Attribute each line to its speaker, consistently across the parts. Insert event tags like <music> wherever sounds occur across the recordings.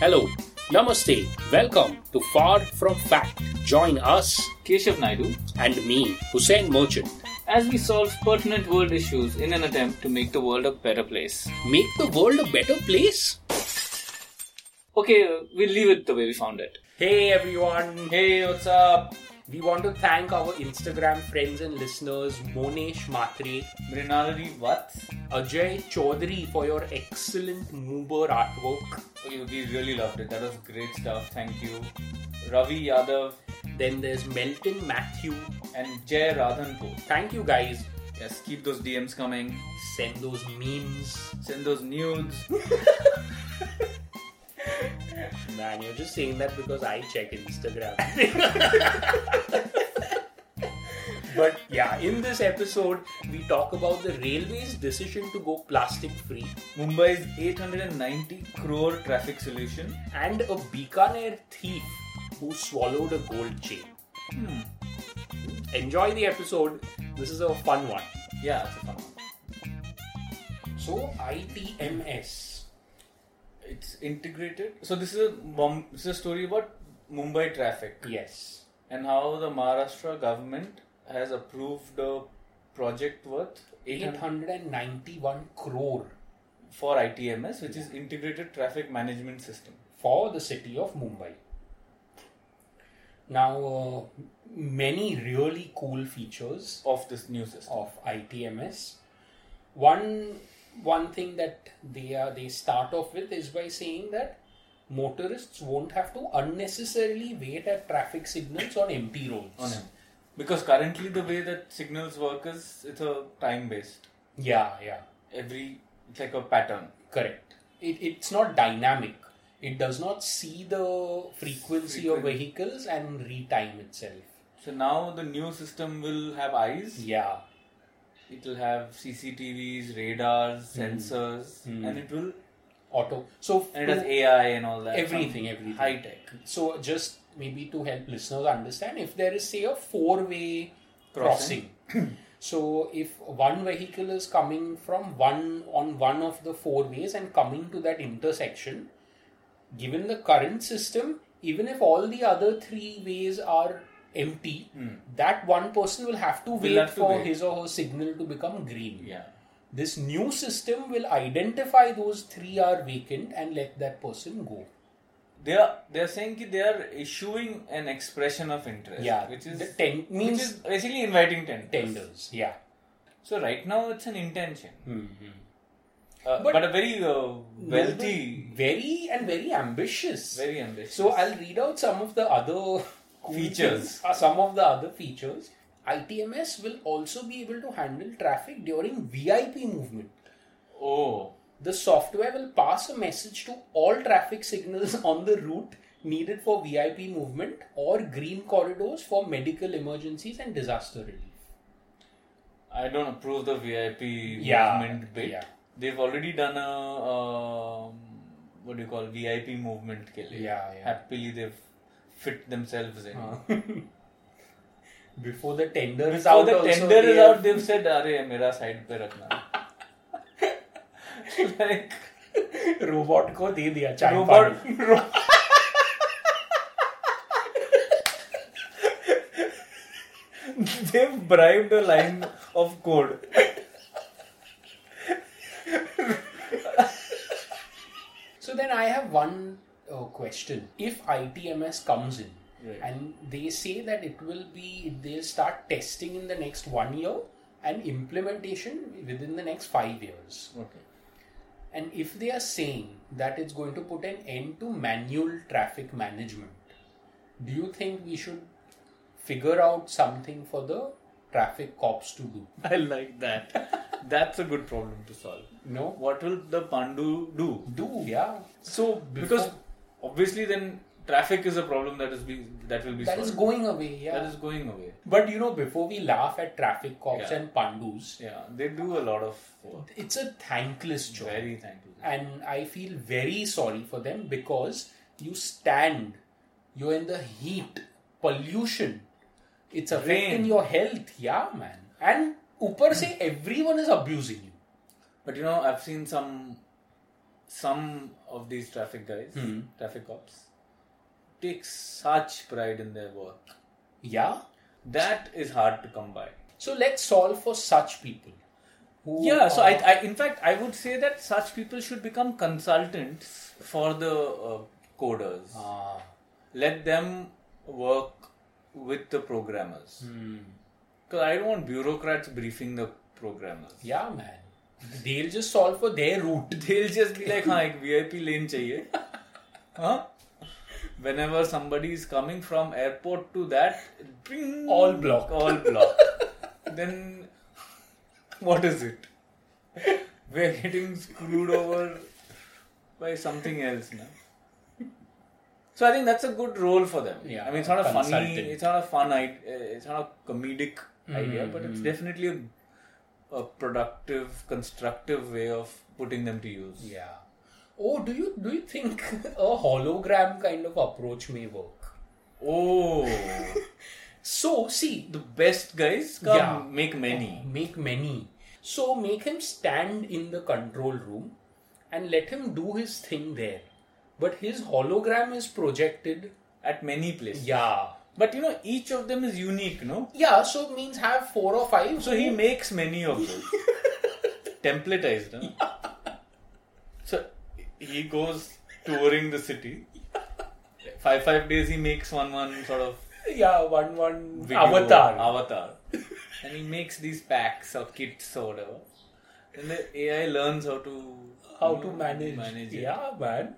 Speaker 1: Hello, Namaste, welcome to Far From Fact. Join us
Speaker 2: Keshav Naidu,
Speaker 1: and me, Hussein Merchant.
Speaker 2: as we solve pertinent world issues in an attempt to make the world a better place.
Speaker 1: Make the world a better place?
Speaker 2: Okay, uh, we'll leave it the way we found it.
Speaker 3: Hey everyone,
Speaker 2: Hey, what's up?
Speaker 3: we want to thank our Instagram friends and listeners Monesh Matre,
Speaker 2: Mrinalari, what?
Speaker 3: Ajay Chaudhary for your excellent mover artwork,
Speaker 2: Okay, we really loved it. That was great stuff. Thank you. Ravi Yadav
Speaker 3: then there's Melton Matthew.
Speaker 2: and Jay Radhanpur.
Speaker 3: Thank you guys.
Speaker 2: Yes, keep those DMs coming.
Speaker 3: Send those memes.
Speaker 2: Send those nudes.
Speaker 3: Man, you're just saying that because I check Instagram. but yeah, in this episode, we talk about the railway's decision to go plastic free
Speaker 2: Mumbai's 890 crore traffic solution.
Speaker 3: and a Bikaner thief who swallowed a gold chain. Enjoy the episode. This is a fun one.
Speaker 2: Yeah, it's a fun one.
Speaker 3: So, ITMS.
Speaker 2: It's integrated. So this is a Mum- this is a story about Mumbai traffic.
Speaker 3: Yes.
Speaker 2: and how the Maharashtra government has approved a project worth 800
Speaker 3: 891 crore
Speaker 2: for ITMS, which is Integrated Traffic Management System.
Speaker 3: for the city of Mumbai. Now, uh, many really cool features
Speaker 2: Of this new system,
Speaker 3: of ITMS. One one thing that they are they start off with is by saying that motorists won't have to unnecessarily wait at traffic signals on empty roads.
Speaker 2: on him. because currently the way that signals work is it's a time based.
Speaker 3: Yeah, yeah,
Speaker 2: Every it's like a pattern.
Speaker 3: correct. It, it's not dynamic. It does not see the frequency of vehicles and retime itself.
Speaker 2: So now the new system will have eyes.
Speaker 3: Yeah,
Speaker 2: It'll have CCTVs, radars,
Speaker 3: Hmm.
Speaker 2: sensors, and it will
Speaker 3: auto. Hmm. So
Speaker 2: and it has
Speaker 3: to-
Speaker 2: AI and all that.
Speaker 3: everything, everything.
Speaker 2: High tech.
Speaker 3: So just maybe to help listeners understand, if there is say a four-way
Speaker 2: Crossing.
Speaker 3: crossing, <clears throat> so if one vehicle is coming from one on one of the four ways and coming to that intersection, given the current system, even if all the other three ways are empty, that one person will have to wait
Speaker 2: Hmm. have to
Speaker 3: for
Speaker 2: wait.
Speaker 3: his or her signal to become green.
Speaker 2: Yeah.
Speaker 3: This new system will identify those three are vacant and let that person go.
Speaker 2: they are they are saying that they are issuing an expression of interest
Speaker 3: Yeah,
Speaker 2: which is
Speaker 3: the ten-
Speaker 2: which
Speaker 3: means-
Speaker 2: is basically inviting tenders.
Speaker 3: Tenders, yeah.
Speaker 2: so right now it's an intention uh, but,
Speaker 3: Mm-hmm. But-
Speaker 2: a very uh, wealthy
Speaker 3: Very and very ambitious.
Speaker 2: very ambitious
Speaker 3: So I'll read out some of the other cool
Speaker 2: Features.
Speaker 3: things, uh, some of the other features. ITMS will also be able to handle traffic during VIP movement.
Speaker 2: oh
Speaker 3: The software will pass a message to all traffic signals <laughs> on the route needed for VIP movement or green corridors for medical emergencies and disaster relief.
Speaker 2: i don't approve the vip
Speaker 3: Yeah,
Speaker 2: movement bit
Speaker 3: yeah.
Speaker 2: they've already done a um, what do you call vip movement ke liye.
Speaker 3: Yeah, yeah.
Speaker 2: happily they've fit themselves in
Speaker 3: Before the tender is
Speaker 2: So
Speaker 3: out,
Speaker 2: the
Speaker 3: also
Speaker 2: tender
Speaker 3: they
Speaker 2: is
Speaker 3: have-
Speaker 2: out, they've said, "अरे मेरा side पे रखना." <laughs> like
Speaker 3: <laughs> robot को दे दिया चाय
Speaker 2: robot,
Speaker 3: पानी।
Speaker 2: <laughs> ro- they've bribed a line of code.
Speaker 3: So then I have one uh, question. If ITMS comes in
Speaker 2: Right.
Speaker 3: and they say that it will be, they'll start testing in the next one year and implementation within the next five years.
Speaker 2: Okay.
Speaker 3: And if they are saying that it's going to put an end to manual traffic management, do you think we should figure out something for the traffic cops to do?
Speaker 2: I like that. That's a good problem to solve.
Speaker 3: No?
Speaker 2: What will the Pandu do?
Speaker 3: Do, yeah.
Speaker 2: So because obviously then traffic is a problem that is being that will be
Speaker 3: That is
Speaker 2: solved.
Speaker 3: going away, yeah.
Speaker 2: that is going away.
Speaker 3: But you know, before we laugh at traffic cops
Speaker 2: Yeah.
Speaker 3: and pandus,
Speaker 2: Yeah, they do a lot of work.
Speaker 3: it's a thankless job.
Speaker 2: Very thankful.
Speaker 3: and I feel very sorry for them because you stand, you're in the heat, pollution, it's affecting
Speaker 2: Rain.
Speaker 3: your health, yeah, man. And upar se everyone is abusing you.
Speaker 2: But you know, I've seen some some of these traffic guys, traffic cops, take such pride in their work.
Speaker 3: Yeah.
Speaker 2: That is hard to come by.
Speaker 3: So let's solve for such people. Who
Speaker 2: Yeah, so I,
Speaker 3: are-
Speaker 2: I, in fact, I would say that such people should become consultants for the uh, coders.
Speaker 3: Ah,
Speaker 2: Let them work with the programmers. Because I don't want bureaucrats briefing the programmers.
Speaker 3: yeah, man. They'll just solve for their route.
Speaker 2: They'll just be like, हाँ एक VIP lane चाहिए. Huh? Whenever somebody is coming from airport to that, bring
Speaker 3: All blocked.
Speaker 2: All block. then what is it? We're getting screwed over by something else now. So I think that's a good role for them.
Speaker 3: Yeah,
Speaker 2: I mean, it's not a funny,
Speaker 3: consultant.
Speaker 2: it's not a fun idea, it's not a comedic idea, but
Speaker 3: Mm-hmm.
Speaker 2: it's definitely a, a productive, constructive way of putting them to use.
Speaker 3: Yeah. Oh, do you do you think <laughs> a hologram kind of approach may work?
Speaker 2: Oh,
Speaker 3: So see,
Speaker 2: the best guys come
Speaker 3: Yeah.
Speaker 2: make many.
Speaker 3: make many. So make him stand in the control room and let him do his thing there. But his hologram is projected.
Speaker 2: at many places.
Speaker 3: Yeah.
Speaker 2: But you know, each of them is unique, no?
Speaker 3: Yeah, so means have four or five.
Speaker 2: So he makes many of
Speaker 3: <laughs>
Speaker 2: those. Templatized, no? So he goes touring the city. Five five days he makes one one sort of
Speaker 3: yeah, one one
Speaker 2: video,
Speaker 3: avatar.
Speaker 2: Avatar. And he makes these packs or kits or whatever. And the AI learns how to
Speaker 3: How
Speaker 2: you
Speaker 3: to
Speaker 2: know,
Speaker 3: manage?
Speaker 2: manage it.
Speaker 3: yeah, man.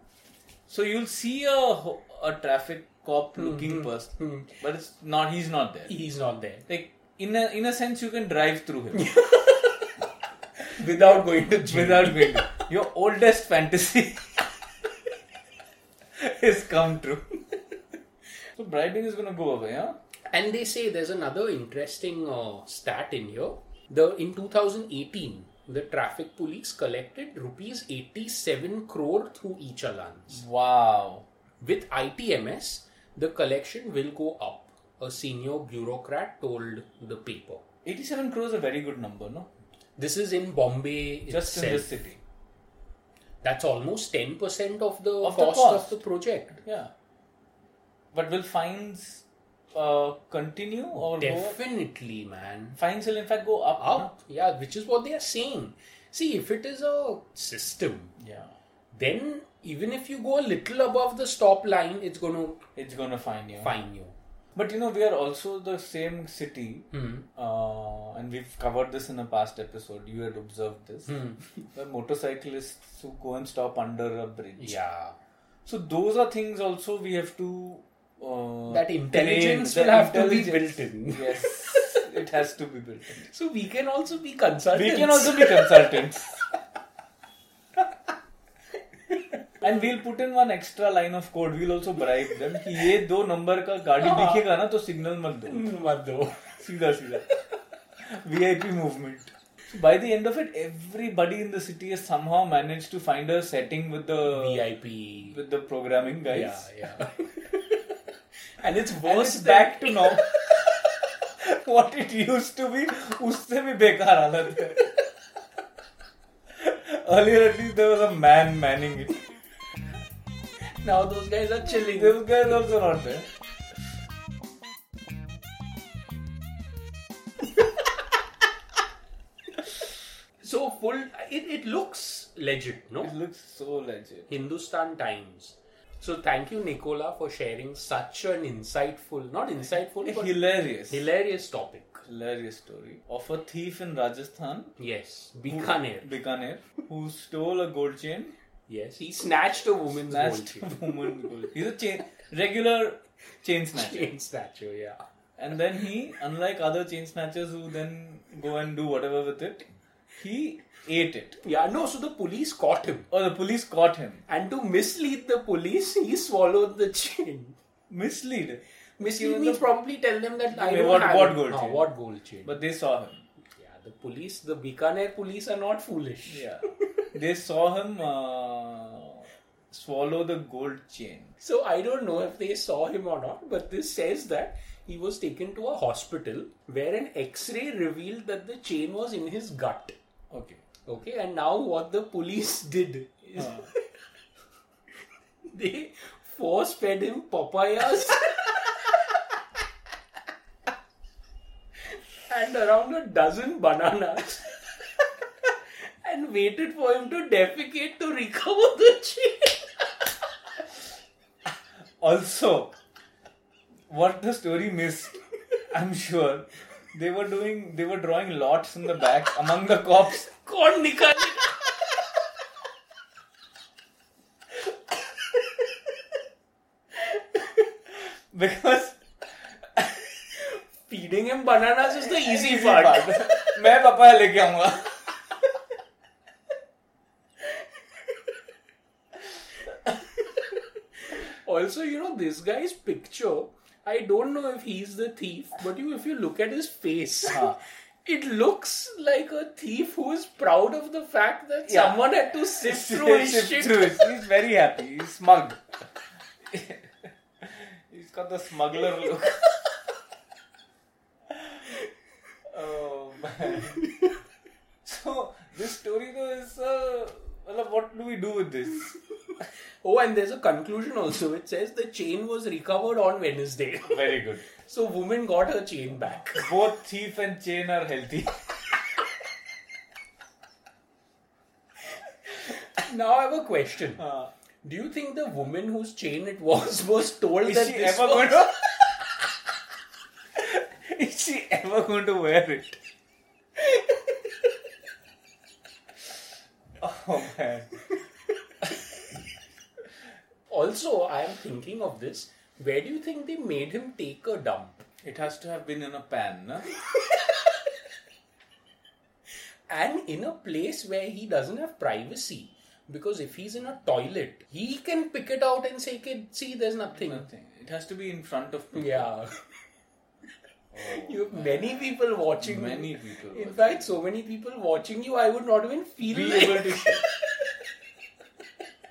Speaker 2: So you'll see a ho- a traffic cop
Speaker 3: Hmm,
Speaker 2: looking person, but it's not. He's not there.
Speaker 3: He's not there
Speaker 2: like in a in a sense you can drive through him
Speaker 3: <laughs> without going to jail.
Speaker 2: without going to- your oldest fantasy <laughs> has come true <laughs> so bribing is going to go away huh
Speaker 3: And they say there's another interesting uh, stat in here. The in 2018, the traffic police collected rupees 87 crore through e-challans.
Speaker 2: wow
Speaker 3: With ITMS, the collection will go up. A senior bureaucrat told the paper.
Speaker 2: 87 crores is a very good number no
Speaker 3: This is in Bombay
Speaker 2: just
Speaker 3: itself.
Speaker 2: in this city
Speaker 3: That's almost 10% of the,
Speaker 2: Of the
Speaker 3: cost,
Speaker 2: cost.
Speaker 3: of the project.
Speaker 2: yeah but will fines uh, continue or go
Speaker 3: Definitely, man.
Speaker 2: fines will in fact go up
Speaker 3: Up. Yeah, which is what they are saying. See, if it is a system
Speaker 2: no? yeah
Speaker 3: then even if you go a little above the stop line, it's going to
Speaker 2: it's going to fine you
Speaker 3: fine you.
Speaker 2: But you know, we are also the same city,
Speaker 3: Hmm.
Speaker 2: uh, and we've covered this in a past episode. You had observed this.
Speaker 3: Hmm.
Speaker 2: <laughs> Where motorcyclists who go and stop under a bridge.
Speaker 3: Yeah.
Speaker 2: So those are things also we have to. Uh,
Speaker 3: That intelligence
Speaker 2: train,
Speaker 3: will
Speaker 2: that
Speaker 3: have to be built
Speaker 2: intelligence.
Speaker 3: in.
Speaker 2: yes,
Speaker 3: <laughs>
Speaker 2: it has to be built in.
Speaker 3: So we can also be consultants.
Speaker 2: We can also be consultants. <laughs> And we'll put in one extra line of code. We'll also bribe them कि ये दो number का गाड़ी दिखेगा ना तो signal मत दो
Speaker 3: मत दो.
Speaker 2: सीधा सीधा VIP movement By the end of it, everybody in the city has somehow managed to find a setting with the
Speaker 3: VIP.
Speaker 2: with the programming guys.
Speaker 3: Yeah, yeah.
Speaker 2: <laughs>
Speaker 3: and it's
Speaker 2: And
Speaker 3: worse
Speaker 2: it's
Speaker 3: than-
Speaker 2: back to normal. what it used to be, उससे भी बेकार हालत है. Earlier at least there was a man manning it.
Speaker 3: Now those guys are chilling.
Speaker 2: This guy is also not there.
Speaker 3: So full. It, it looks legit, no?
Speaker 2: It looks so legit.
Speaker 3: Hindustan Times. So thank you, Nicola, for sharing such an insightful, not insightful, but
Speaker 2: Hilarious.
Speaker 3: hilarious topic.
Speaker 2: Hilarious story of a thief in Rajasthan
Speaker 3: Yes, Bikaner.
Speaker 2: Bikaner, who stole a gold chain,
Speaker 3: Yes, he snatched a woman's gold
Speaker 2: snatched
Speaker 3: chain.
Speaker 2: a woman's gold. He's a chain regular chain snatcher.
Speaker 3: Chain statue, yeah.
Speaker 2: And then he, unlike other chain snatchers who then go and do whatever with it, He ate it.
Speaker 3: Yeah, no, so the police caught him.
Speaker 2: Or the police caught him.
Speaker 3: And to mislead the police, he swallowed the chain.
Speaker 2: Mislead.
Speaker 3: Mislead means probably tell them that I
Speaker 2: Wait,
Speaker 3: don't
Speaker 2: what-
Speaker 3: have
Speaker 2: what
Speaker 3: it.
Speaker 2: gold
Speaker 3: Ah,
Speaker 2: chain?
Speaker 3: What gold chain?
Speaker 2: But they saw him.
Speaker 3: yeah, the police, the Bikaner police are not foolish.
Speaker 2: Yeah. they saw him uh, swallow the gold chain.
Speaker 3: So I don't know if they saw him or not, but this says that he was taken to a hospital where an X-ray revealed that the chain was in his gut.
Speaker 2: Okay.
Speaker 3: Okay, and now what the police did is <laughs> they force fed him papayas <laughs> and around a dozen bananas <laughs> and waited for him to defecate to recover the <laughs> chain.
Speaker 2: Also, what the story missed, I'm sure, they were doing, they were drawing lots in the back among the cops.
Speaker 3: कौन निकालेगा
Speaker 2: Because
Speaker 3: feeding him bananas is the
Speaker 2: <laughs>
Speaker 3: easy
Speaker 2: इसी
Speaker 3: part.
Speaker 2: बात है, मैं papaya लेके आऊंगा
Speaker 3: Also, you know this guy's picture. I don't know if he's the thief, but you, if you look at his face, <laughs> it looks like a thief who is proud of the fact that
Speaker 2: Yeah.
Speaker 3: someone had
Speaker 2: <laughs>
Speaker 3: to sift through his shit.
Speaker 2: He's very happy. He's smug. He's got the smuggler look. oh man. So this story though is uh, well, what do we do with this?
Speaker 3: <laughs> Oh, and there's a conclusion also. It says the chain was recovered on Wednesday, <laughs>
Speaker 2: Very good.
Speaker 3: so woman got her chain back. <laughs>
Speaker 2: Both thief and chain are healthy. <laughs>
Speaker 3: Now I have a question.
Speaker 2: Uh,
Speaker 3: Do you think the woman whose chain it was <laughs> was told
Speaker 2: is
Speaker 3: that
Speaker 2: she
Speaker 3: this
Speaker 2: ever
Speaker 3: was
Speaker 2: going to? is she ever going to wear it? <laughs> Oh man.
Speaker 3: <laughs> Also, I am thinking of this. Where do you think they made him take a dump?
Speaker 2: It has to have been in a pan, na?
Speaker 3: And in a place where he doesn't have privacy. Because if he's in a toilet, he can pick it out and say, "Kid, see, there's nothing.
Speaker 2: Nothing. It has to be in front of people.
Speaker 3: Yeah. you have many people watching. you.
Speaker 2: Oh, Many people.
Speaker 3: In
Speaker 2: will
Speaker 3: fact, so many people watching you, I would not even feel
Speaker 2: be
Speaker 3: like-
Speaker 2: able to see.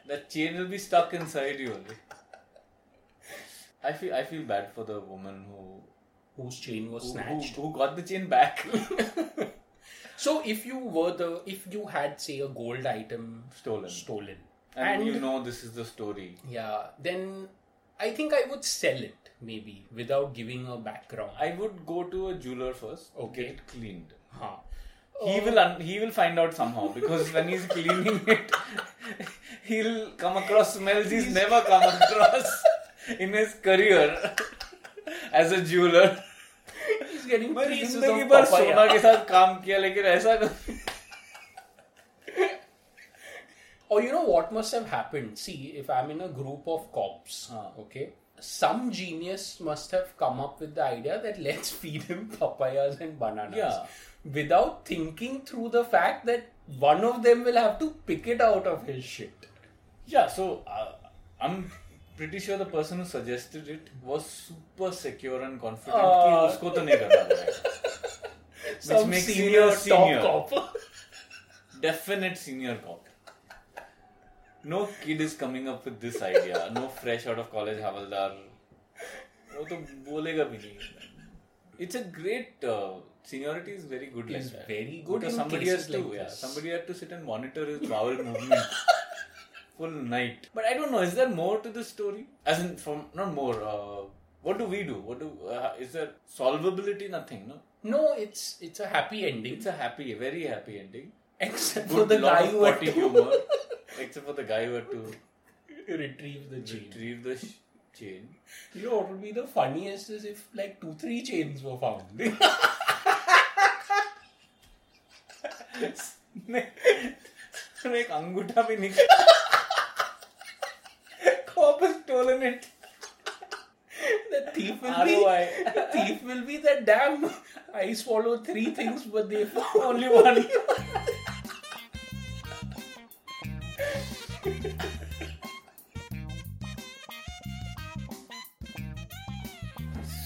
Speaker 2: That chain will be stuck inside you only. I feel I feel bad for the woman who
Speaker 3: whose chain was
Speaker 2: who,
Speaker 3: snatched.
Speaker 2: who, who got the chain back. <laughs>
Speaker 3: So, if you were the, if you had, say, a gold item
Speaker 2: Stolen.
Speaker 3: stolen,
Speaker 2: and, you know this is the story.
Speaker 3: Yeah, then I think I would sell it maybe without giving a background.
Speaker 2: I would go to a jeweler first.
Speaker 3: Okay.
Speaker 2: Get it cleaned.
Speaker 3: huh.
Speaker 2: He will un- he will find out somehow because when he's cleaning <laughs> it, he'll come across smells he's, never come <laughs> across in his career as a jeweler.
Speaker 3: He's getting
Speaker 2: मैंने
Speaker 3: pieces
Speaker 2: जिंदगी
Speaker 3: of
Speaker 2: भर सोना
Speaker 3: papaya.
Speaker 2: के साथ काम किया लेकिन ऐसा कभी-
Speaker 3: Or you know what must have happened? See, if I'm in a group of cops,
Speaker 2: Huh.
Speaker 3: okay, some genius must have come up with the idea that let's <laughs> feed him papayas and bananas.
Speaker 2: Yeah.
Speaker 3: Without thinking through the fact that one of them will have to pick it out of his shit.
Speaker 2: yeah so uh, I'm pretty sure the person who suggested it was super secure and confident कि
Speaker 3: Ah.
Speaker 2: उसको तो नहीं करना पड़ेगा
Speaker 3: Some
Speaker 2: makes you
Speaker 3: senior,
Speaker 2: a senior.
Speaker 3: top cop. <laughs>
Speaker 2: definite senior cop. No kid is coming up with this idea. No fresh out of college हवलदार वो तो बोलेगा भी नहीं. It's a great uh, seniority is very good like
Speaker 3: Is
Speaker 2: that.
Speaker 3: very good
Speaker 2: because
Speaker 3: in
Speaker 2: somebody
Speaker 3: cases
Speaker 2: has to
Speaker 3: like
Speaker 2: yeah,
Speaker 3: this.
Speaker 2: somebody had to sit and monitor his bowel
Speaker 3: <laughs>
Speaker 2: movement full night. But I don't know. Is there more to this story? As in from not more. Uh, what do we do? What do uh, is there solvability? Nothing. No.
Speaker 3: no, it's it's a happy ending.
Speaker 2: It's a happy, very happy ending.
Speaker 3: Except for
Speaker 2: Good
Speaker 3: the
Speaker 2: lot
Speaker 3: guy
Speaker 2: of
Speaker 3: who had
Speaker 2: potty
Speaker 3: <laughs> to
Speaker 2: <laughs> humor, except for the guy who had to
Speaker 3: retrieve the chain.
Speaker 2: retrieve the sh- chain.
Speaker 3: You know what would be the funniest is if like two, three chains were found. <laughs>
Speaker 2: उसमें एक अंगूठा भी निकला Cop has stolen it.
Speaker 3: the thief will
Speaker 2: ROI.
Speaker 3: be the <laughs> thief will be the damn I swallowed three things but they found
Speaker 2: Only one.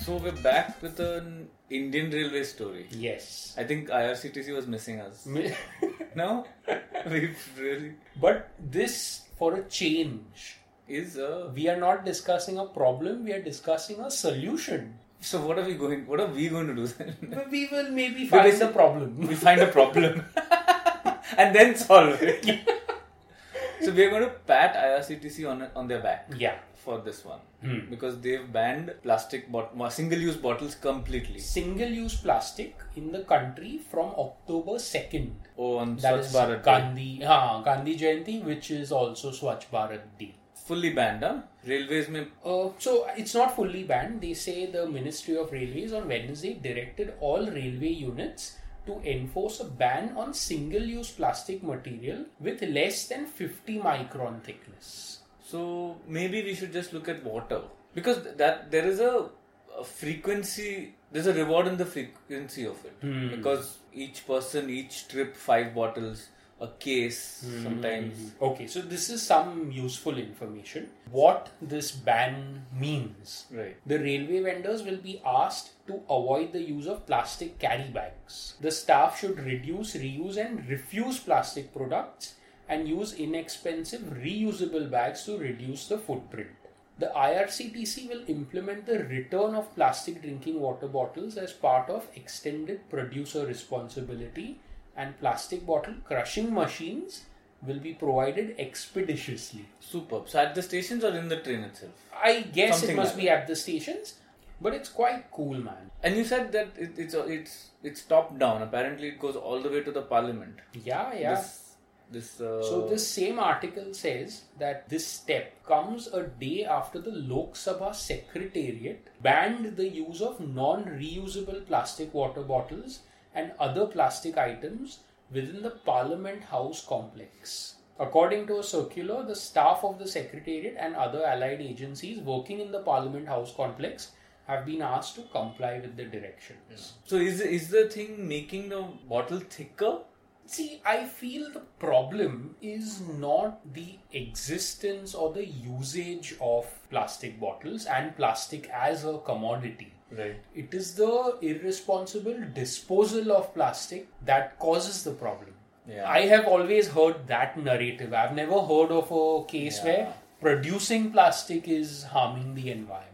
Speaker 2: So we're back with an Indian railway story.
Speaker 3: Yes. <laughs>
Speaker 2: I think IRCTC was missing us. No, <laughs> we really
Speaker 3: but this, for a change,
Speaker 2: is uh, a.
Speaker 3: we are not discussing a problem, we are discussing a solution.
Speaker 2: So what are we going? What are we going to do then?
Speaker 3: But we will maybe find
Speaker 2: Because-
Speaker 3: the problem. <laughs>
Speaker 2: we find a problem and then solve it. so we're going to pat IRCTC on on their back.
Speaker 3: yeah.
Speaker 2: For this one, because they've banned plastic bot- single-use bottles completely.
Speaker 3: Single use plastic in the country from October 2nd.
Speaker 2: Oh, on
Speaker 3: That
Speaker 2: Swachh
Speaker 3: is
Speaker 2: Bharat, Day.
Speaker 3: Gandhi, हाँ, Gandhi Jayanti, which is also Swachh Bharat Day.
Speaker 2: fully banned. Huh? Railways में
Speaker 3: Uh, so it's not fully banned. They say the Ministry of Railways on Wednesday directed all railway units to enforce a ban on single-use plastic material with less than 50 micron thickness.
Speaker 2: So maybe we should just look at water because th- that there is a, a frequency. There's a reward in the frequency of it because each person each trip five bottles a case sometimes.
Speaker 3: Okay, so this is some useful information. What this ban means.
Speaker 2: Right.
Speaker 3: The railway vendors will be asked to avoid the use of plastic carry bags. The staff should reduce, reuse, and refuse plastic products and use inexpensive reusable bags to reduce the footprint. The IRCTC will implement the return of plastic drinking water bottles as part of extended producer responsibility, and plastic bottle crushing machines will be provided expeditiously.
Speaker 2: Superb. So at the stations or in the train itself.
Speaker 3: I guess
Speaker 2: Something
Speaker 3: it must
Speaker 2: like
Speaker 3: be at the stations, but it's quite cool, man.
Speaker 2: And you said that it, it's a- it's it's top down. Apparently, it goes all the way to the parliament.
Speaker 3: Yeah, yeah.
Speaker 2: This, this uh,
Speaker 3: so this same article says that this step comes a day after the Lok Sabha Secretariat banned the use of non-reusable plastic water bottles and other plastic items within the Parliament House complex. According to a circular, the staff of the Secretariat and other allied agencies working in the Parliament House complex have been asked to comply with the directions.
Speaker 2: So is is the thing making the bottle thicker?
Speaker 3: See, I feel the problem is not the existence or the usage of plastic bottles and plastic as a commodity.
Speaker 2: Right.
Speaker 3: It is the irresponsible disposal of plastic that causes the problem.
Speaker 2: Yeah.
Speaker 3: I have always heard that narrative. I've never heard of a case where producing plastic is harming the environment.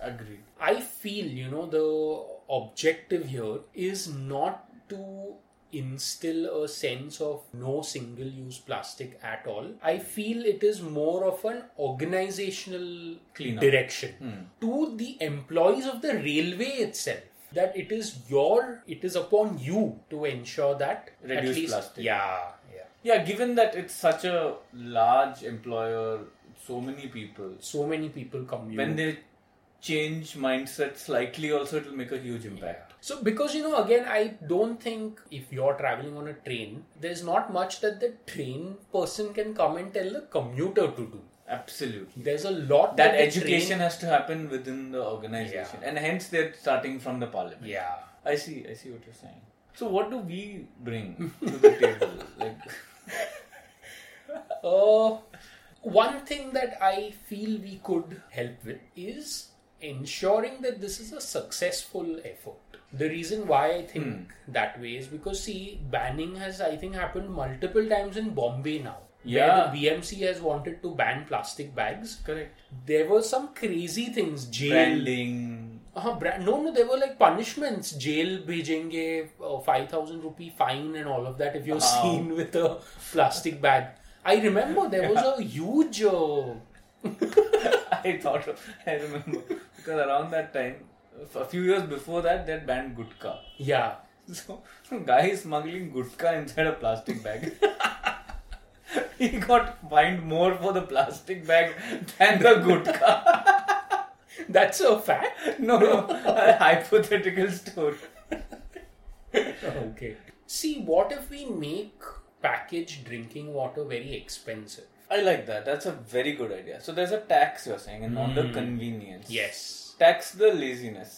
Speaker 2: Agreed.
Speaker 3: I feel, you know, the objective here is not to instill a sense of no single use plastic at all. I feel it is more of an organizational
Speaker 2: Cleanup. Hmm.
Speaker 3: direction to the employees of the railway itself that it is your it is upon you to ensure that at
Speaker 2: Reduce
Speaker 3: least
Speaker 2: plastic.
Speaker 3: yeah yeah
Speaker 2: Yeah, given that it's such a large employer, so many people,
Speaker 3: so many people commute
Speaker 2: when they change mindset slightly, also it'll make a huge impact.
Speaker 3: So, because you know, again, I don't think if you're traveling on a train, there's not much that the train person can come and tell the commuter to do.
Speaker 2: Absolutely.
Speaker 3: There's a lot
Speaker 2: That
Speaker 3: the
Speaker 2: education
Speaker 3: train-
Speaker 2: has to happen within the organization,
Speaker 3: Yeah.
Speaker 2: and hence they're starting from the parliament.
Speaker 3: yeah.
Speaker 2: I see. I see what you're saying. So, what do we bring to the table? Like,
Speaker 3: Uh, one thing that I feel we could help with is ensuring that this is a successful effort. The reason why I think
Speaker 2: Hmm.
Speaker 3: that way is because see, banning has I think happened multiple times in Bombay now.
Speaker 2: Yeah.
Speaker 3: Where the BMC has wanted to ban plastic bags.
Speaker 2: correct.
Speaker 3: there were some crazy things jail
Speaker 2: Branding.
Speaker 3: uh, brand, no no there were like punishments jail bhejenge uh, 5000 rupee fine and all of that if you're seen <laughs> with a plastic bag i remember there was a huge uh,
Speaker 2: I thought. Of, I remember because around that time, a few years before that, they had banned gutka. <laughs>
Speaker 3: yeah
Speaker 2: So, some guy is smuggling gutka inside a plastic bag. <laughs> he got fined more for the plastic bag than the gutka. <laughs>
Speaker 3: that's a fact
Speaker 2: No, no, a hypothetical story. <laughs>
Speaker 3: okay see what if we make packaged drinking water very expensive
Speaker 2: I like that. That's a very good idea. So, there's a tax you're saying, and on the convenience.
Speaker 3: yes
Speaker 2: Tax the laziness.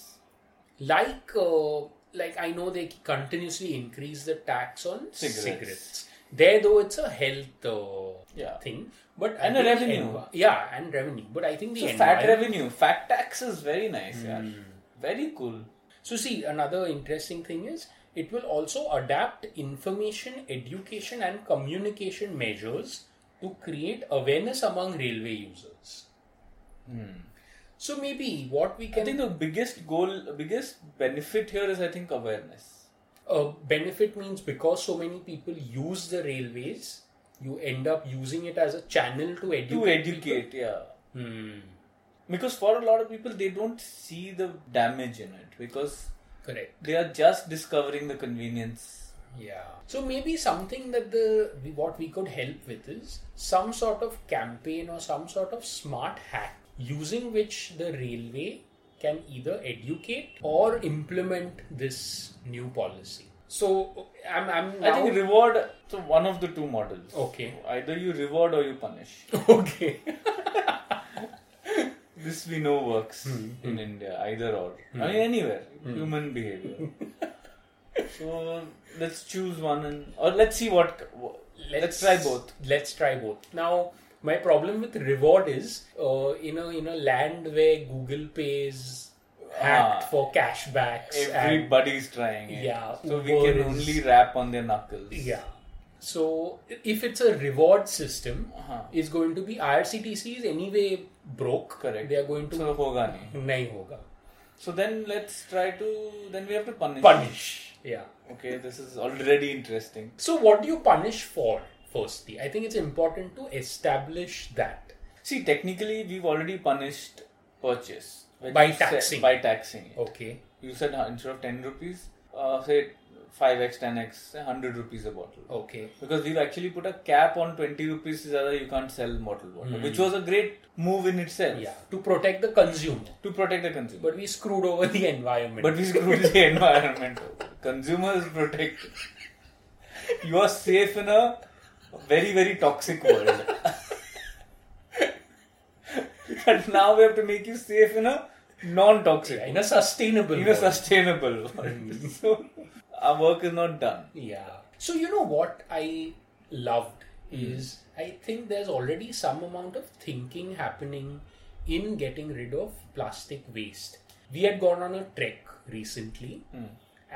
Speaker 3: like uh, like I know they continuously increase the tax on
Speaker 2: Cigarettes.
Speaker 3: cigarettes. There, though, it's a health uh,
Speaker 2: Yeah.
Speaker 3: thing, but
Speaker 2: And
Speaker 3: I
Speaker 2: a
Speaker 3: think
Speaker 2: revenue.
Speaker 3: envi- yeah, and revenue. But I Hmm. think the
Speaker 2: So fat
Speaker 3: environment-
Speaker 2: revenue, fat tax is very nice, yeah. Very cool.
Speaker 3: So, see, another interesting thing is it will also adapt information, education, and communication measures to create awareness among railway users. So, maybe what we
Speaker 2: Hmm. I think
Speaker 3: can
Speaker 2: the biggest goal, biggest benefit here is I think awareness.
Speaker 3: uh, benefit means because so many people use the railways, you end up using it as a channel to educate. Hmm,
Speaker 2: To educate, yeah. Because for a lot of people, they don't see the damage in it because
Speaker 3: Correct.
Speaker 2: they are just discovering the convenience.
Speaker 3: Yeah. So maybe something that the we- what we could help with is some sort of campaign or some sort of smart hack using which the railway can either educate or implement this new policy. So I'm I'm
Speaker 2: I think
Speaker 3: now-
Speaker 2: reward, so one of the two models.
Speaker 3: Okay.
Speaker 2: Either you reward or you punish.
Speaker 3: <laughs> okay.
Speaker 2: This we know works in India, either or. I mean, anywhere. Human behavior. so let's choose one and. Or let's see what. let's try both.
Speaker 3: Let's try both. Now, my problem with reward is uh, in a in a land where Google pays hacked
Speaker 2: Ah.
Speaker 3: for cashbacks. and-
Speaker 2: Everybody's trying it.
Speaker 3: Yeah,
Speaker 2: So we
Speaker 3: Uber
Speaker 2: can
Speaker 3: is-
Speaker 2: only rap on their knuckles.
Speaker 3: Yeah. So if it's a reward system,
Speaker 2: Uh-huh.
Speaker 3: it's going to be IRCTC is anyway broke.
Speaker 2: Correct.
Speaker 3: They are going to
Speaker 2: So hoga nahi.
Speaker 3: nahi hoga.
Speaker 2: So then let's try to. Then we have to punish.
Speaker 3: Punish. Yeah.
Speaker 2: Okay, this is already interesting.
Speaker 3: So what do you punish for? Firstly, I think it's important to establish that.
Speaker 2: See, technically, we've already punished purchase When
Speaker 3: By
Speaker 2: you said-
Speaker 3: taxing.
Speaker 2: by taxing it.
Speaker 3: Okay.
Speaker 2: You said uh, instead of ten rupees, uh, say five x, ten x, hundred rupees a bottle.
Speaker 3: Okay.
Speaker 2: Because we've actually put a cap on twenty rupees, is other you can't sell bottled water, which was a great move in itself
Speaker 3: Yeah. To protect the consumer,
Speaker 2: to protect the consumer.
Speaker 3: but we screwed over the <laughs> environment.
Speaker 2: But we screwed the <laughs> environment. Consumer is protected. You are safe in a very, very toxic world. <laughs> but now we have to make you safe in a non toxic,
Speaker 3: in a sustainable.
Speaker 2: in a
Speaker 3: world.
Speaker 2: sustainable <laughs> world. so
Speaker 3: Mm.
Speaker 2: <laughs> our work is not done.
Speaker 3: Yeah. So you know what I loved is
Speaker 2: Hmm.
Speaker 3: I think there's already some amount of thinking happening in getting rid of plastic waste. We had gone on a trek recently
Speaker 2: Hmm.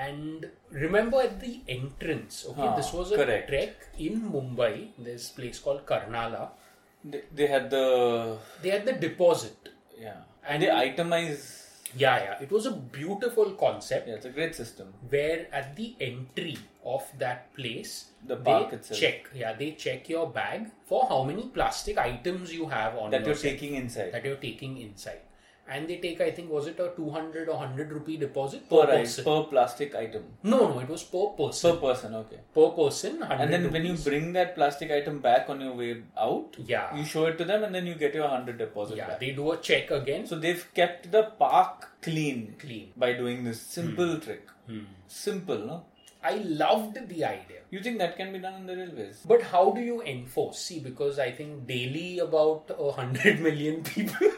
Speaker 3: and remember at the entrance, okay,
Speaker 2: Ah,
Speaker 3: this was a
Speaker 2: correct.
Speaker 3: trek in Mumbai, there's a place called Karnala.
Speaker 2: They, they had the.
Speaker 3: They had the deposit.
Speaker 2: Yeah.
Speaker 3: And-
Speaker 2: And they itemize.
Speaker 3: Yeah, yeah. It was a beautiful concept.
Speaker 2: Yeah, it's a great system.
Speaker 3: where at the entry of that place
Speaker 2: The
Speaker 3: they
Speaker 2: park itself.
Speaker 3: check yeah they check your bag for how many plastic items you have on
Speaker 2: That you're
Speaker 3: yourself,
Speaker 2: taking inside.
Speaker 3: that you're taking inside and they take i think was it a 200 or 100 rupee deposit per,
Speaker 2: per, i-
Speaker 3: person
Speaker 2: per plastic item.
Speaker 3: no no it was per person
Speaker 2: Per person, okay.
Speaker 3: per, person 100
Speaker 2: And then when you
Speaker 3: rupees.
Speaker 2: bring that plastic item back on your way out,
Speaker 3: Yeah.
Speaker 2: you show it to them and then you get your 100 deposit
Speaker 3: yeah
Speaker 2: back.
Speaker 3: they do a check again
Speaker 2: so they've kept the park clean,
Speaker 3: Clean. Hmm.
Speaker 2: by doing this simple trick. Simple, no?
Speaker 3: i loved the idea
Speaker 2: You think that can be done in the
Speaker 3: <laughs>
Speaker 2: railways?
Speaker 3: but how do you enforce see because i think daily about a 100 <laughs> million people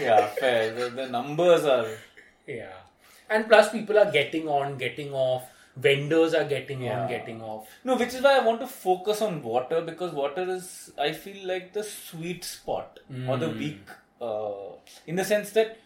Speaker 2: yeah, fair. The, the numbers are.
Speaker 3: Yeah. And plus, people are getting on, getting off. Vendors are getting
Speaker 2: Yeah.
Speaker 3: on, getting off.
Speaker 2: No, which is why I want to focus on water because water is, I feel like the sweet spot or the weak, uh, in the sense that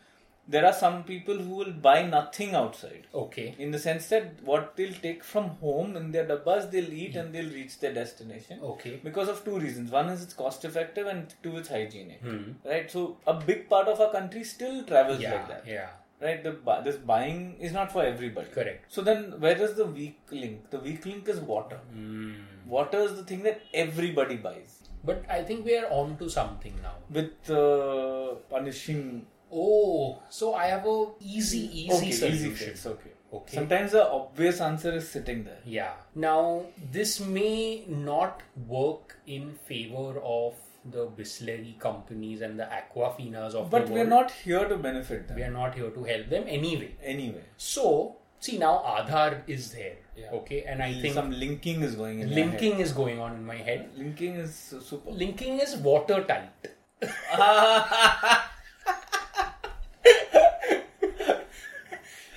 Speaker 2: there are some people who will buy nothing outside.
Speaker 3: Okay.
Speaker 2: In the sense that what they'll take from home in their dabbas, they'll eat and they'll reach their destination.
Speaker 3: Okay.
Speaker 2: Because of two reasons. One is it's cost effective and two it's hygienic. Right? So a big part of our country still travels
Speaker 3: Yeah.
Speaker 2: like that.
Speaker 3: Yeah.
Speaker 2: Right? The bu- this buying is not for everybody.
Speaker 3: Correct.
Speaker 2: So then where is the weak link? The weak link is water.
Speaker 3: Hmm.
Speaker 2: Water is the thing that everybody buys.
Speaker 3: But I think we are on to something now.
Speaker 2: With uh, punishing
Speaker 3: Oh, so I have a easy, easy
Speaker 2: okay,
Speaker 3: solution.
Speaker 2: easy fix. Okay.
Speaker 3: Okay.
Speaker 2: Sometimes the obvious answer is sitting there.
Speaker 3: Yeah. Now, this may not work in favor of the Bisleri companies and the Aquafinas of
Speaker 2: But
Speaker 3: the
Speaker 2: we're
Speaker 3: world.
Speaker 2: not here to benefit them.
Speaker 3: We are not here to help them anyway.
Speaker 2: Anyway.
Speaker 3: So, see now Aadhaar is there.
Speaker 2: Yeah.
Speaker 3: Okay. And I think
Speaker 2: some linking is going in my
Speaker 3: linking is going on in my head.
Speaker 2: head. linking is su- super
Speaker 3: Linking is watertight.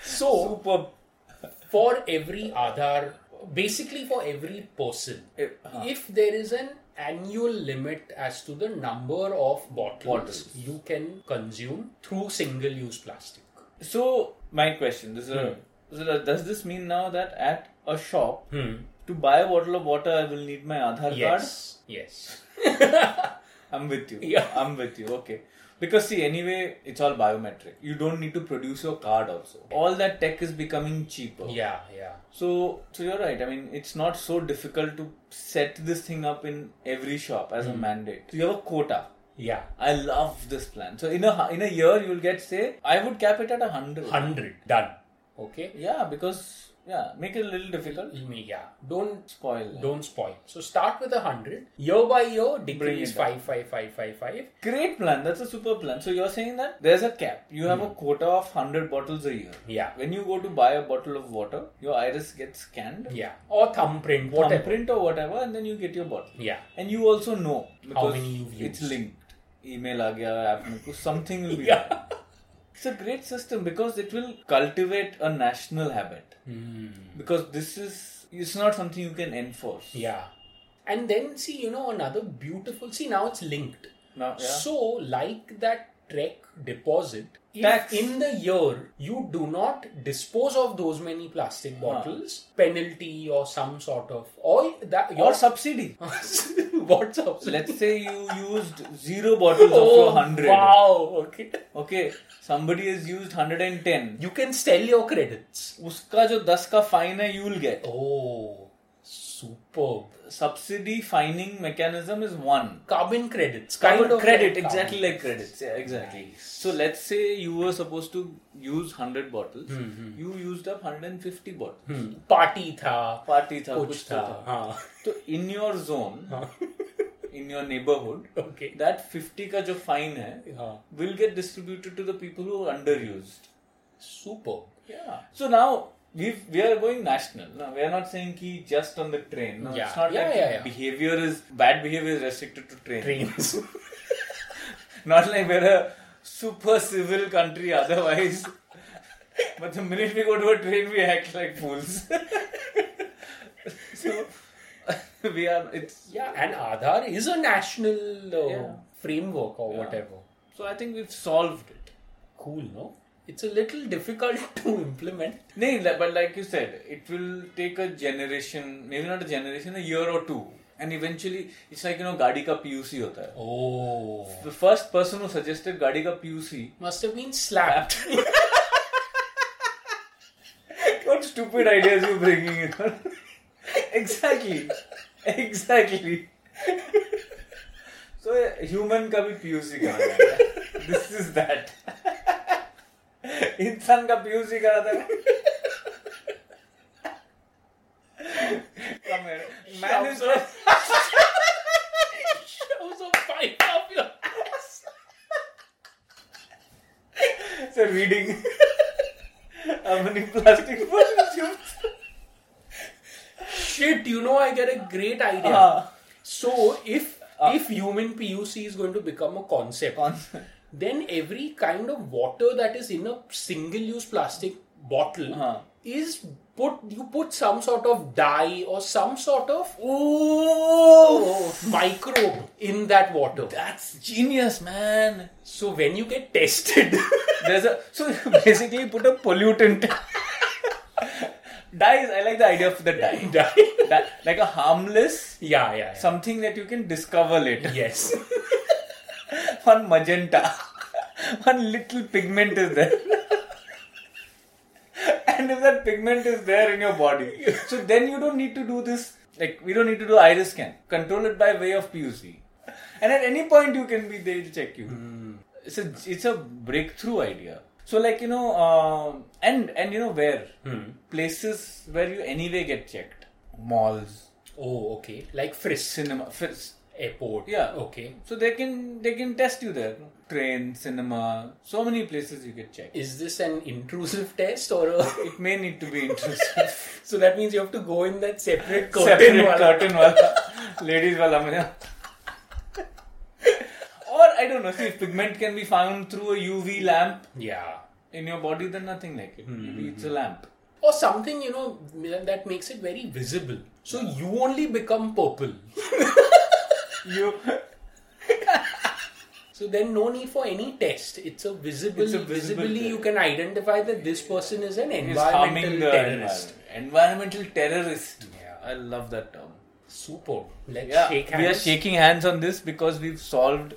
Speaker 3: so
Speaker 2: super
Speaker 3: for every Aadhaar, basically for every person,
Speaker 2: If- huh.
Speaker 3: if there is an annual limit as to the number of bottles,
Speaker 2: Bottles.
Speaker 3: you can consume through single use plastic.
Speaker 2: So my question: This is a-
Speaker 3: Hmm.
Speaker 2: so that- does this mean now that at a shop to buy a bottle of water, I will need my Aadhaar
Speaker 3: Yes. Yes.
Speaker 2: card? I'm with you.
Speaker 3: Yeah.
Speaker 2: I'm with you. Okay. Because see, anyway, it's all biometric. You don't need to produce your card also. All that tech is becoming cheaper.
Speaker 3: Yeah, yeah.
Speaker 2: So, so you're right. I mean, it's not so difficult to set this thing up in every shop as a
Speaker 3: Hmm.
Speaker 2: mandate. So you have a quota.
Speaker 3: Yeah.
Speaker 2: I love this plan. So in a hu- in a year, you'll get say I would cap it at a hundred.
Speaker 3: 100. Done. Okay?
Speaker 2: Yeah, because yeah, make it a little difficult.
Speaker 3: Yeah. Don't
Speaker 2: Spoil.
Speaker 3: don't spoil. So start with a hundred. Year by year, decrease
Speaker 2: it down.
Speaker 3: five, five, five, five, five.
Speaker 2: Great plan. That's a super plan. So you're saying that there's a cap. You have a quota of hundred bottles a year.
Speaker 3: Hmm. Yeah.
Speaker 2: When you go to buy a bottle of water, your iris gets scanned,
Speaker 3: Yeah. Or thumbprint, whatever.
Speaker 2: thumbprint or whatever, and then you get your bottle.
Speaker 3: Yeah.
Speaker 2: And you also know because
Speaker 3: many you've
Speaker 2: it's
Speaker 3: used.
Speaker 2: linked. Email आ गया app में कुछ something will be
Speaker 3: Yeah.
Speaker 2: done. It's a great system because it will cultivate a national habit. Because this is it's not something you can enforce.
Speaker 3: Hmm. Yeah. And then see, you know, another beautiful see now it's linked.
Speaker 2: Now, yeah.
Speaker 3: So like that Trek deposit, if
Speaker 2: Tax.
Speaker 3: in the year you do not dispose of those many
Speaker 2: Ah.
Speaker 3: plastic bottles, penalty or some sort of or that your
Speaker 2: Or subsidy.
Speaker 3: <laughs> what subsidy?
Speaker 2: Let's say you used zero bottles of
Speaker 3: Oh,
Speaker 2: your hundred.
Speaker 3: Wow, okay.
Speaker 2: Okay, somebody has used hundred and ten.
Speaker 3: You can sell your credits.
Speaker 2: उसका जो दस का fine है, you will get.
Speaker 3: Oh, superb.
Speaker 2: Subsidy fining mechanism is one.
Speaker 3: Carbon credits.
Speaker 2: Carbon
Speaker 3: like
Speaker 2: credit,
Speaker 3: carbon
Speaker 2: exactly like credits. Yeah, exactly. So let's say you were supposed to use 100 bottles. You used up 150 bottles.
Speaker 3: Hmm. Party tha.
Speaker 2: Party tha,
Speaker 3: Kuch
Speaker 2: kuch
Speaker 3: tha.
Speaker 2: tha.
Speaker 3: हाँ.
Speaker 2: So in your zone, <laughs> in your neighborhood,
Speaker 3: Okay.
Speaker 2: that 50 का जो fine है,
Speaker 3: हाँ.
Speaker 2: will get distributed to the people who are underused.
Speaker 3: Superb.
Speaker 2: Yeah. So now we've, we are going national. No, we are not saying ki just on the train. No,
Speaker 3: Yeah.
Speaker 2: It's not
Speaker 3: Yeah,
Speaker 2: like
Speaker 3: yeah, yeah.
Speaker 2: behavior is bad behavior is restricted to
Speaker 3: <laughs>
Speaker 2: train.
Speaker 3: Trains.
Speaker 2: <laughs> Not like we're a super civil country otherwise. <laughs> but the minute we go to a train, we act like fools. <laughs> so <laughs> we are. It's
Speaker 3: yeah, and Aadhaar is a national uh,
Speaker 2: Yeah.
Speaker 3: framework or whatever.
Speaker 2: so I think we've solved it.
Speaker 3: Cool, no? It's a little difficult <laughs> to implement.
Speaker 2: Nee, li- but like you said, it will take a generation, maybe not a generation, a year or two, and eventually it's like you know, गाड़ी का PUC होता है.
Speaker 3: Oh.
Speaker 2: The first person who suggested गाड़ी का PUC.
Speaker 3: Must have been <laughs> slapped.
Speaker 2: What stupid ideas you bringing in? <laughs> exactly, exactly. so yeah, human का भी PUC कहा जाता है. This is that. इंसान का PUC कहा जाता है. Come here. Man is
Speaker 3: Shoves up- shoves a pipe up your ass.
Speaker 2: it's a reading. How many plastic bottles you?
Speaker 3: Shit, you know I get a great idea.
Speaker 2: Ah.
Speaker 3: So if if human PUC is going to become a concept,
Speaker 2: Concept.
Speaker 3: <laughs> then every kind of water that is in a single-use plastic bottle
Speaker 2: Ah.
Speaker 3: is put you put some sort of dye or some sort of
Speaker 2: Oh,
Speaker 3: microbe in that water.
Speaker 2: that's genius, man.
Speaker 3: So when you get tested, <laughs>
Speaker 2: There's a so <laughs> you basically put a pollutant. <laughs> dye is I like the idea of the dye.
Speaker 3: dye.
Speaker 2: Dye- like a harmless
Speaker 3: Yeah, yeah. yeah.
Speaker 2: something that you can discover later.
Speaker 3: yes.
Speaker 2: One magenta, one little pigment is there. and if that pigment is there in your body, so then you don't need to do this. Like we don't need to do iris scan. Control it by way of PUC. And at any point you can be there to check you. It's a it's a breakthrough idea. So like you know um, and and you know where places where you anyway get checked. Malls,
Speaker 3: Oh, okay. Like frisk
Speaker 2: cinema, fits.
Speaker 3: airport.
Speaker 2: Yeah.
Speaker 3: Okay.
Speaker 2: So they can they can test you there. Train, cinema, so many places you get checked.
Speaker 3: Is this an intrusive test or a?
Speaker 2: It may need to be interesting.
Speaker 3: so that means you have to go in that separate <laughs> curtain.
Speaker 2: Separate
Speaker 3: wala.
Speaker 2: curtain wala, ladies wala mera. Or I don't know. See, if pigment can be found through a UV lamp
Speaker 3: Yeah. Hmm,
Speaker 2: in your body, then nothing like it. Maybe it's a lamp.
Speaker 3: or something you know that makes it very visible so you only become purple <laughs>
Speaker 2: You,
Speaker 3: so then no need for any test it's a visible,
Speaker 2: It's a visible
Speaker 3: visibly
Speaker 2: thing.
Speaker 3: you can identify that this person is an
Speaker 2: is
Speaker 3: environmental
Speaker 2: harming the
Speaker 3: terrorist
Speaker 2: environment. environmental terrorist.
Speaker 3: Yeah.
Speaker 2: I love that term.
Speaker 3: super let's
Speaker 2: Yeah,
Speaker 3: shake
Speaker 2: we are
Speaker 3: hands
Speaker 2: shaking hands on this because we've solved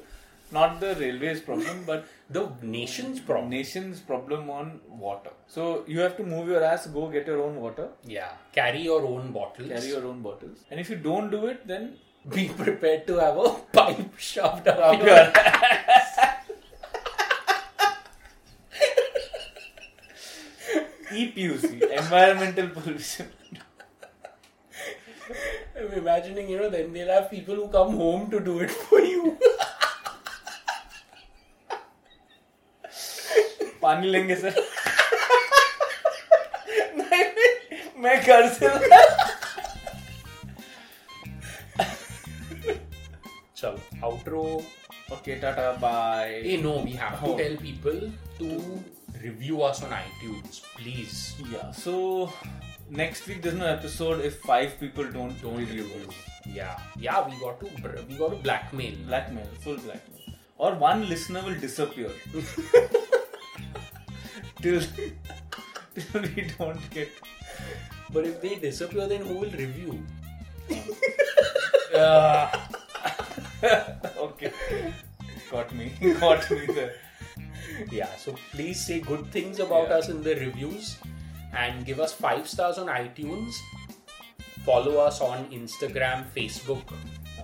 Speaker 2: not the railways problem, but
Speaker 3: the nation's problem
Speaker 2: nation's problem on water. So you have to move your ass, go get your own water,
Speaker 3: yeah carry your own bottles
Speaker 2: carry your own bottles, and if you don't do it, then
Speaker 3: be prepared to have a <laughs> pipe shoved up,
Speaker 2: Up
Speaker 3: your
Speaker 2: your <laughs> E EPUC, environmental pollution.
Speaker 3: I'm imagining, you know, then they'll have people who come home to do it for you.
Speaker 2: पानी लेंगे <laughs> sir नहीं नहीं, मैं घर से ला-
Speaker 3: So, outro.
Speaker 2: Okay, tata, bye.
Speaker 3: Hey, no, we have
Speaker 2: Oh.
Speaker 3: to tell people to review us on iTunes, please.
Speaker 2: Yeah. So next week there's no episode if five people don't don't review us.
Speaker 3: Yeah, yeah, we got to br- we got to blackmail.
Speaker 2: Blackmail, full blackmail. Or one listener will disappear. till till we don't get
Speaker 3: But if they disappear, then who will review?
Speaker 2: okay. Got me. Got me there.
Speaker 3: Yeah, so please say good things about
Speaker 2: Yeah.
Speaker 3: us in the reviews and give us five stars on iTunes. Follow us on Instagram, Facebook,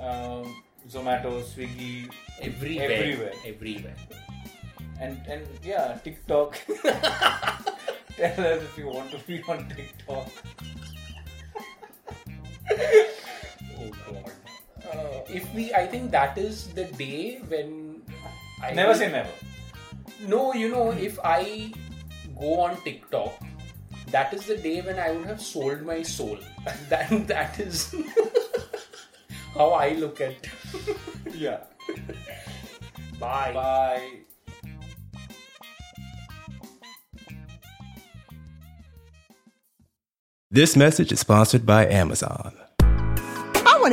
Speaker 2: Um, Zomato, Swiggy,
Speaker 3: everywhere,
Speaker 2: everywhere.
Speaker 3: everywhere.
Speaker 2: and and yeah, TikTok. <laughs> Tell us if you want to be on TikTok.
Speaker 3: Oh God. Uh, if we, I think that is the day when I
Speaker 2: Never say never.
Speaker 3: No, you know, if I go on TikTok, that is the day when I would have sold my soul. <laughs> that that is <laughs> how I look at.
Speaker 2: Yeah.
Speaker 3: <laughs> Bye.
Speaker 2: Bye.
Speaker 4: This message is sponsored by Amazon.
Speaker 5: I want